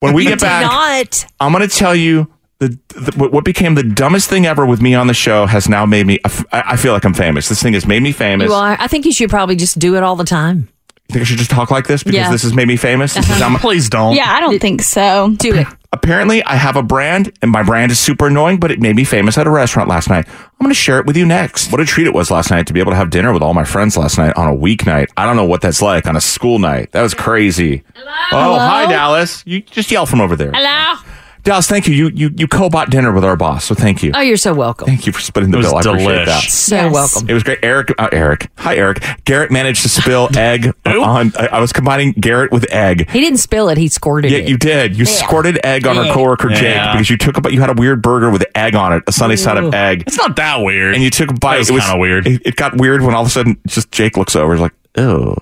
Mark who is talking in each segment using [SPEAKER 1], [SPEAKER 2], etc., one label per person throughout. [SPEAKER 1] When we get back,
[SPEAKER 2] Not.
[SPEAKER 1] I'm going to tell you the, the what what became the dumbest thing ever with me on the show has now made me. I f- I feel like I'm famous. This thing has made me famous.
[SPEAKER 2] You are. I think you should probably just do it all the time.
[SPEAKER 1] think I should just talk like this because
[SPEAKER 2] Yeah. Uh-huh.
[SPEAKER 1] this has made me famous. This is, I'm,
[SPEAKER 3] Please don't.
[SPEAKER 4] Yeah, I don't think so.
[SPEAKER 2] Do it.
[SPEAKER 1] apparently, I have a brand, and my brand is super annoying, but it made me famous at a restaurant last night. I'm going to share it with you next. What a treat it was last night to be able to have dinner with all my friends last night on a weeknight. I don't know what that's like on a school night. That was crazy. Oh, hi, Dallas. You just yell from over there.
[SPEAKER 2] Hello.
[SPEAKER 1] Dallas, thank you. You you you co-bought dinner with our boss, so thank you.
[SPEAKER 2] Oh, you're so welcome.
[SPEAKER 1] Thank you for splitting the
[SPEAKER 3] It was
[SPEAKER 1] bill. I appreciate
[SPEAKER 3] delish.
[SPEAKER 1] that.
[SPEAKER 2] So
[SPEAKER 4] Yes.
[SPEAKER 2] welcome.
[SPEAKER 1] It was great. Eric, uh, Eric, hi, Eric. Garrett managed to spill egg on. I, I was combining Garrett with egg.
[SPEAKER 2] He didn't spill it. He squirted
[SPEAKER 1] Yeah,
[SPEAKER 2] it.
[SPEAKER 1] you did. You squirted egg on our coworker Jake
[SPEAKER 3] Yeah.
[SPEAKER 1] because you took a bite. You had a weird burger with egg on it, a sunny side of egg,
[SPEAKER 3] It's not that weird.
[SPEAKER 1] and you took a bite.
[SPEAKER 3] was
[SPEAKER 1] It
[SPEAKER 3] kinda weird.
[SPEAKER 1] It, it got weird when all of a sudden just Jake looks over, and is like, oh,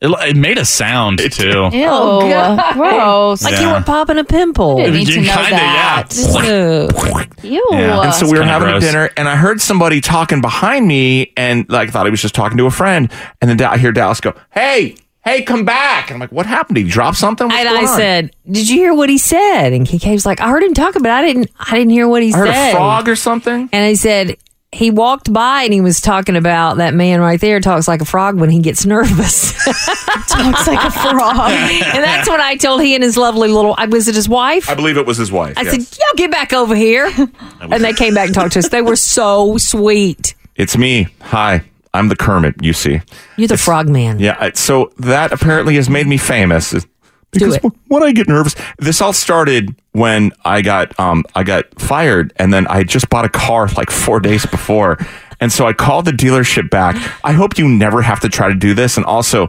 [SPEAKER 3] It, it made a sound too.
[SPEAKER 4] Ew, gross.
[SPEAKER 2] like
[SPEAKER 4] Oh, Like,
[SPEAKER 2] you
[SPEAKER 3] Yeah.
[SPEAKER 2] were popping a pimple.
[SPEAKER 4] I didn't need
[SPEAKER 3] You
[SPEAKER 4] to know
[SPEAKER 3] kinda, yeah.
[SPEAKER 4] that. Ew.
[SPEAKER 3] Yeah.
[SPEAKER 1] And so we were
[SPEAKER 3] kinda
[SPEAKER 1] having
[SPEAKER 3] gross.
[SPEAKER 1] a dinner, and I heard somebody talking behind me, and like thought he was just talking to a friend. And then Da- I hear Dallas go, "Hey, hey, come back!" And I'm like, "What happened? Did he drop something?" What's
[SPEAKER 2] And
[SPEAKER 1] going
[SPEAKER 2] I
[SPEAKER 1] on?"
[SPEAKER 2] said, "Did you hear what he said?" And KK was like, "I heard him talking, but I didn't. I didn't hear what he
[SPEAKER 1] "I heard
[SPEAKER 2] said."
[SPEAKER 1] a frog or something."
[SPEAKER 2] And he said he walked by and he was talking about that man right there talks like a frog when he gets nervous.
[SPEAKER 4] Looks like a frog.
[SPEAKER 2] and that's when I told he and his lovely little. I was it his wife.
[SPEAKER 1] I believe it was his wife.
[SPEAKER 2] I
[SPEAKER 1] yes.
[SPEAKER 2] said, "Y'all get back over here," and they came back and talked to us. They were so sweet.
[SPEAKER 1] "It's me. Hi, I'm the Kermit. You see,
[SPEAKER 2] You're the frog man.
[SPEAKER 1] yeah." I- So that apparently has made me famous. Because
[SPEAKER 2] it.
[SPEAKER 1] wh- when I get nervous, this all started when I got um I got fired, and then I just bought a car like four days before, and so I called the dealership back. I hope you never have to try to do this, and also.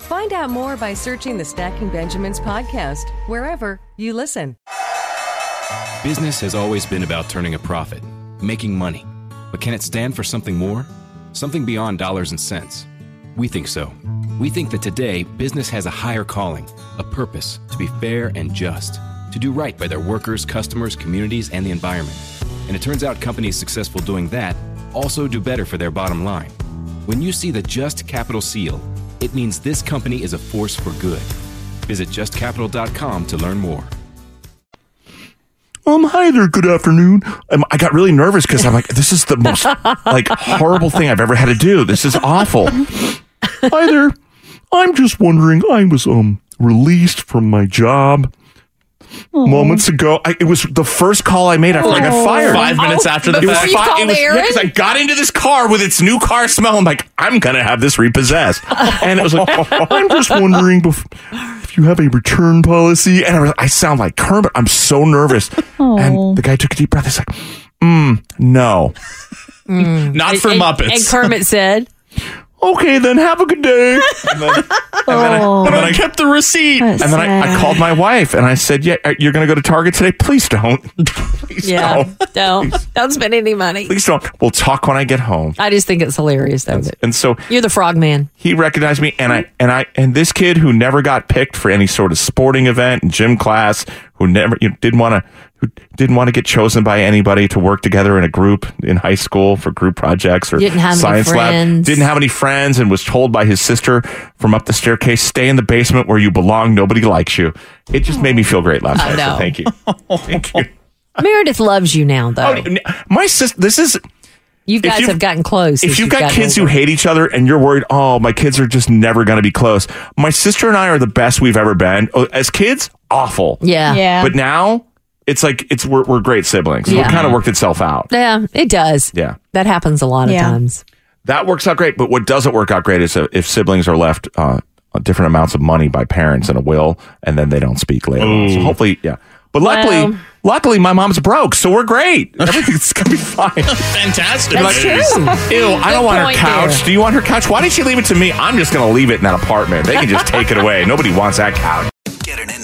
[SPEAKER 5] Find out more by searching the Stacking Benjamins podcast wherever you listen.
[SPEAKER 6] Business has always been about turning a profit, making money. But can it stand for something more? Something beyond dollars and cents? We think so. We think that today, business has a higher calling, a purpose to be fair and just, to do right by their workers, customers, communities, and the environment. And it turns out companies successful doing that also do better for their bottom line. When you see the Just Capital seal, it means this company is a force for good. Visit justcapital.com to learn more.
[SPEAKER 1] um, hi there, good afternoon. Um, I got really nervous because I'm like, this is the most like horrible thing I've ever had to do. This is awful. hi there. I'm just wondering, I was um released from my job moments ago. I, it was the first call I made after I got fired.
[SPEAKER 3] Five minutes after the
[SPEAKER 1] It was
[SPEAKER 3] fact.
[SPEAKER 2] you
[SPEAKER 1] fi-
[SPEAKER 2] called
[SPEAKER 1] it was
[SPEAKER 2] Aaron?
[SPEAKER 1] because I got into this car with its new car smell. I'm like, I'm gonna have this repossessed, and it was like, I'm just wondering bef- if you have a return policy. And I, was, I sound like Kermit. I'm so nervous. And the guy took a deep breath. He's like, mm, No.
[SPEAKER 3] Not for
[SPEAKER 2] and,
[SPEAKER 3] Muppets.
[SPEAKER 2] And Kermit said,
[SPEAKER 1] Okay, then have a good day. And then, and then I, and
[SPEAKER 3] but
[SPEAKER 1] then
[SPEAKER 3] I
[SPEAKER 1] I-
[SPEAKER 3] kept the receipt.
[SPEAKER 4] That's
[SPEAKER 1] and then I, I
[SPEAKER 4] sad.
[SPEAKER 1] called my wife and I said, "Yeah, uh, you're going to go to Target today. Please don't. Please
[SPEAKER 2] "Yeah,
[SPEAKER 1] don't.
[SPEAKER 2] don't don't spend any money."
[SPEAKER 1] Please don't. We'll talk when I get home."
[SPEAKER 2] I just think it's hilarious though. that
[SPEAKER 1] And so
[SPEAKER 2] You're the frog man.
[SPEAKER 1] he recognized me and I and I and this kid who never got picked for any sort of sporting event and gym class who never you know, didn't want to who didn't want to get chosen by anybody to work together in a group in high school for group projects or
[SPEAKER 2] Didn't have any
[SPEAKER 1] science lab
[SPEAKER 2] friends.
[SPEAKER 1] didn't have any friends and was told by his sister from up the staircase stay in the basement where you belong nobody likes you it just made me feel great last night
[SPEAKER 2] know.
[SPEAKER 1] so thank you thank you
[SPEAKER 2] Meredith loves you now, though.
[SPEAKER 1] Oh, my sister this is
[SPEAKER 2] you guys
[SPEAKER 1] you've-
[SPEAKER 2] have gotten close.
[SPEAKER 1] if
[SPEAKER 2] as
[SPEAKER 1] you've got
[SPEAKER 2] gotten
[SPEAKER 1] kids
[SPEAKER 2] older.
[SPEAKER 1] who hate each other and you're worried, oh, my kids are just never going to be close. My sister and I are the best we've ever been. Oh, As kids, awful.
[SPEAKER 2] yeah,
[SPEAKER 4] Yeah.
[SPEAKER 1] But now it's like it's we're, we're great siblings. So
[SPEAKER 2] Yeah.
[SPEAKER 1] It kind of worked itself out.
[SPEAKER 2] Yeah, it does.
[SPEAKER 1] Yeah.
[SPEAKER 2] That happens a lot of
[SPEAKER 4] Yeah.
[SPEAKER 2] times.
[SPEAKER 1] That works out great. But what doesn't work out great is uh, if siblings are left uh, different amounts of money by parents in a will, and then they don't speak later. on. So hopefully, yeah. But luckily,
[SPEAKER 2] Well-
[SPEAKER 1] luckily, my mom's broke, so we're great. Everything's gonna be fine.
[SPEAKER 3] Fantastic.
[SPEAKER 2] That's
[SPEAKER 3] news.
[SPEAKER 2] true.
[SPEAKER 1] Ew, I don't
[SPEAKER 2] Good
[SPEAKER 1] want her
[SPEAKER 2] point
[SPEAKER 1] couch.
[SPEAKER 2] there.
[SPEAKER 1] Do you want her couch? Why did she leave it to me? I'm just going to leave it in that apartment. They can just take it away. Nobody wants that couch.
[SPEAKER 7] Get an